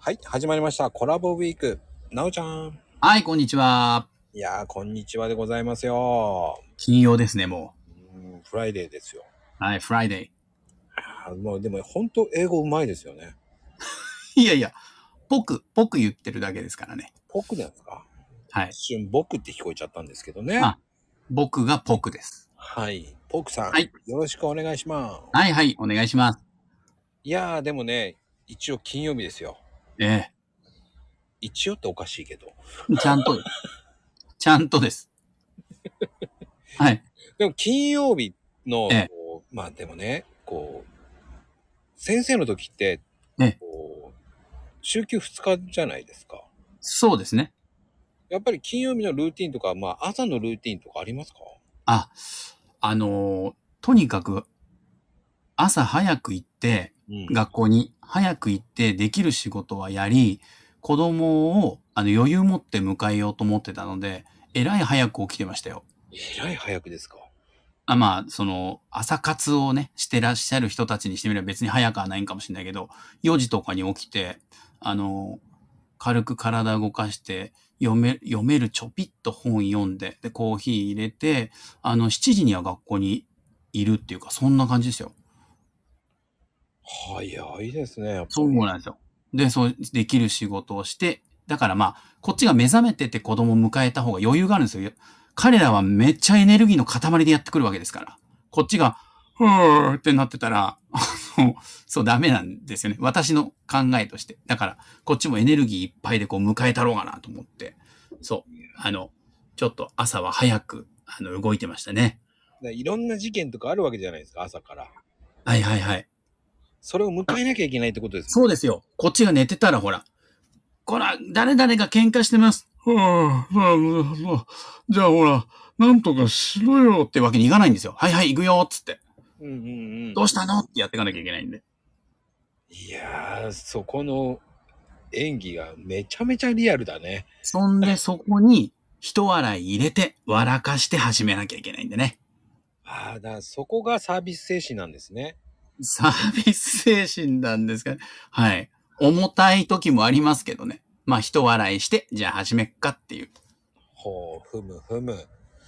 はい、始まりました。コラボウィーク。なおちゃん。はい、こんにちは。いやー、こんにちはでございますよ。金曜ですね、もうんフライデーですよ。う。はい、フライデあもうでも、本当英語うまいですよね。ー。いやいや、僕、僕言ってるだけですからね。僕なんですかはい一。瞬、僕って聞こえちゃったんですけどね。あ僕が僕です。はい。僕さん、はいよろしくお願いします。はいはい、お願いします。いやー、でもね、一応金曜日ですよ。え一応っておかしいけど。えちゃんと、ちゃんとです。はい。でも、金曜日の、ええこうまあでもね、こう、先生の時って、ええこう週休2日じゃないですか。そうですね。やっぱり金曜日のルーティンとか、まあ朝のルーティンとかありますかあ、あのーとにかく、朝早く行って、うん学校に早く行ってできる仕事はやり、子供をあの余裕持って迎えようと思ってたので、えらい早く起きてましたよ。えらい早くですかあまあ、その、朝活をね、してらっしゃる人たちにしてみれば別に早くはないんかもしれないけど、4時とかに起きて、あの、軽く体動かして、読め、読めるちょぴっと本読んで、で、コーヒー入れて、あの、7時には学校にいるっていうか、そんな感じですよ。早いですね。やっぱりそうなんですよ。で、そう、できる仕事をして、だからまあ、こっちが目覚めてて子供を迎えた方が余裕があるんですよ。彼らはめっちゃエネルギーの塊でやってくるわけですから。こっちが、ふーってなってたら、あの、そうダメなんですよね。私の考えとして。だから、こっちもエネルギーいっぱいでこう迎えたろうかなと思って。そう。あの、ちょっと朝は早く、あの、動いてましたね。でいろんな事件とかあるわけじゃないですか、朝から。はいはいはい。それを迎えなきゃいけないってことですね。そうですよ。こっちが寝てたらほら、こら、誰々が喧嘩してます。はあ、はあ、じゃあほら、なんとかしろよってわけにいかないんですよ。はいはい、行くよっつって。うんうんうどん。うしたのってやっていかなきゃいけないんで。いやー、そこの演技がめちゃめちゃリアルだね。そんでそこに、人笑い入れて、笑かして始めなきゃいけないんでね。ああ、だからそこがサービス精神なんですね。サービス精神なんですかね。はい。重たい時もありますけどね。まあ、人笑いして、じゃあ始めっかっていう。ほう、ふむふむ。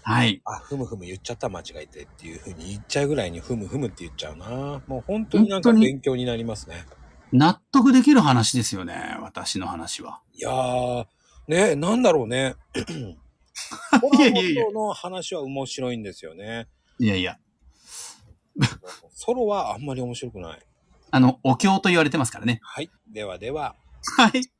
はい。あ、ふむふむ言っちゃった、間違えてっていうふうに言っちゃうぐらいにふむふむって言っちゃうな。もう本当になんか本当に勉強になりますね。納得できる話ですよね。私の話は。いやー、ね、なんだろうね。コ いラやいボやいやとの話は面白いんですよね。いやいや。ソロはあんまり面白くない。あの、お経と言われてますからね。 はい。ではでは。はい。